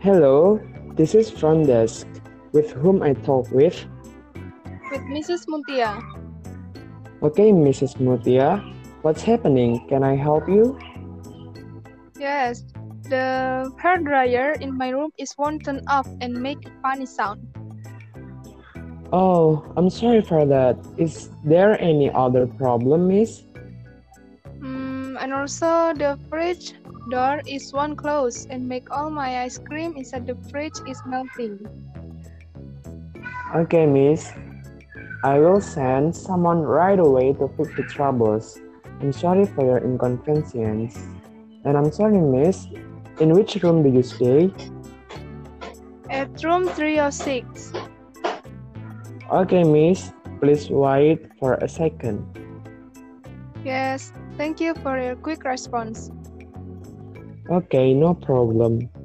Hello, this is Front Desk, with whom I talk with. with Mrs. Muntia. Okay, Mrs. Mutia, what's happening? Can I help you? Yes, the hair dryer in my room is won't turn off and make a funny sound. Oh, I'm sorry for that. Is there any other problem, miss? Mm, and also the fridge door is one closed and make all my ice cream inside the fridge is melting. Okay, miss. I will send someone right away to fix the troubles. I'm sorry for your inconvenience. And I'm sorry, miss. In which room do you stay? At room 306. Okay, miss. Please wait for a second. Yes, thank you for your quick response. Okay, no problem.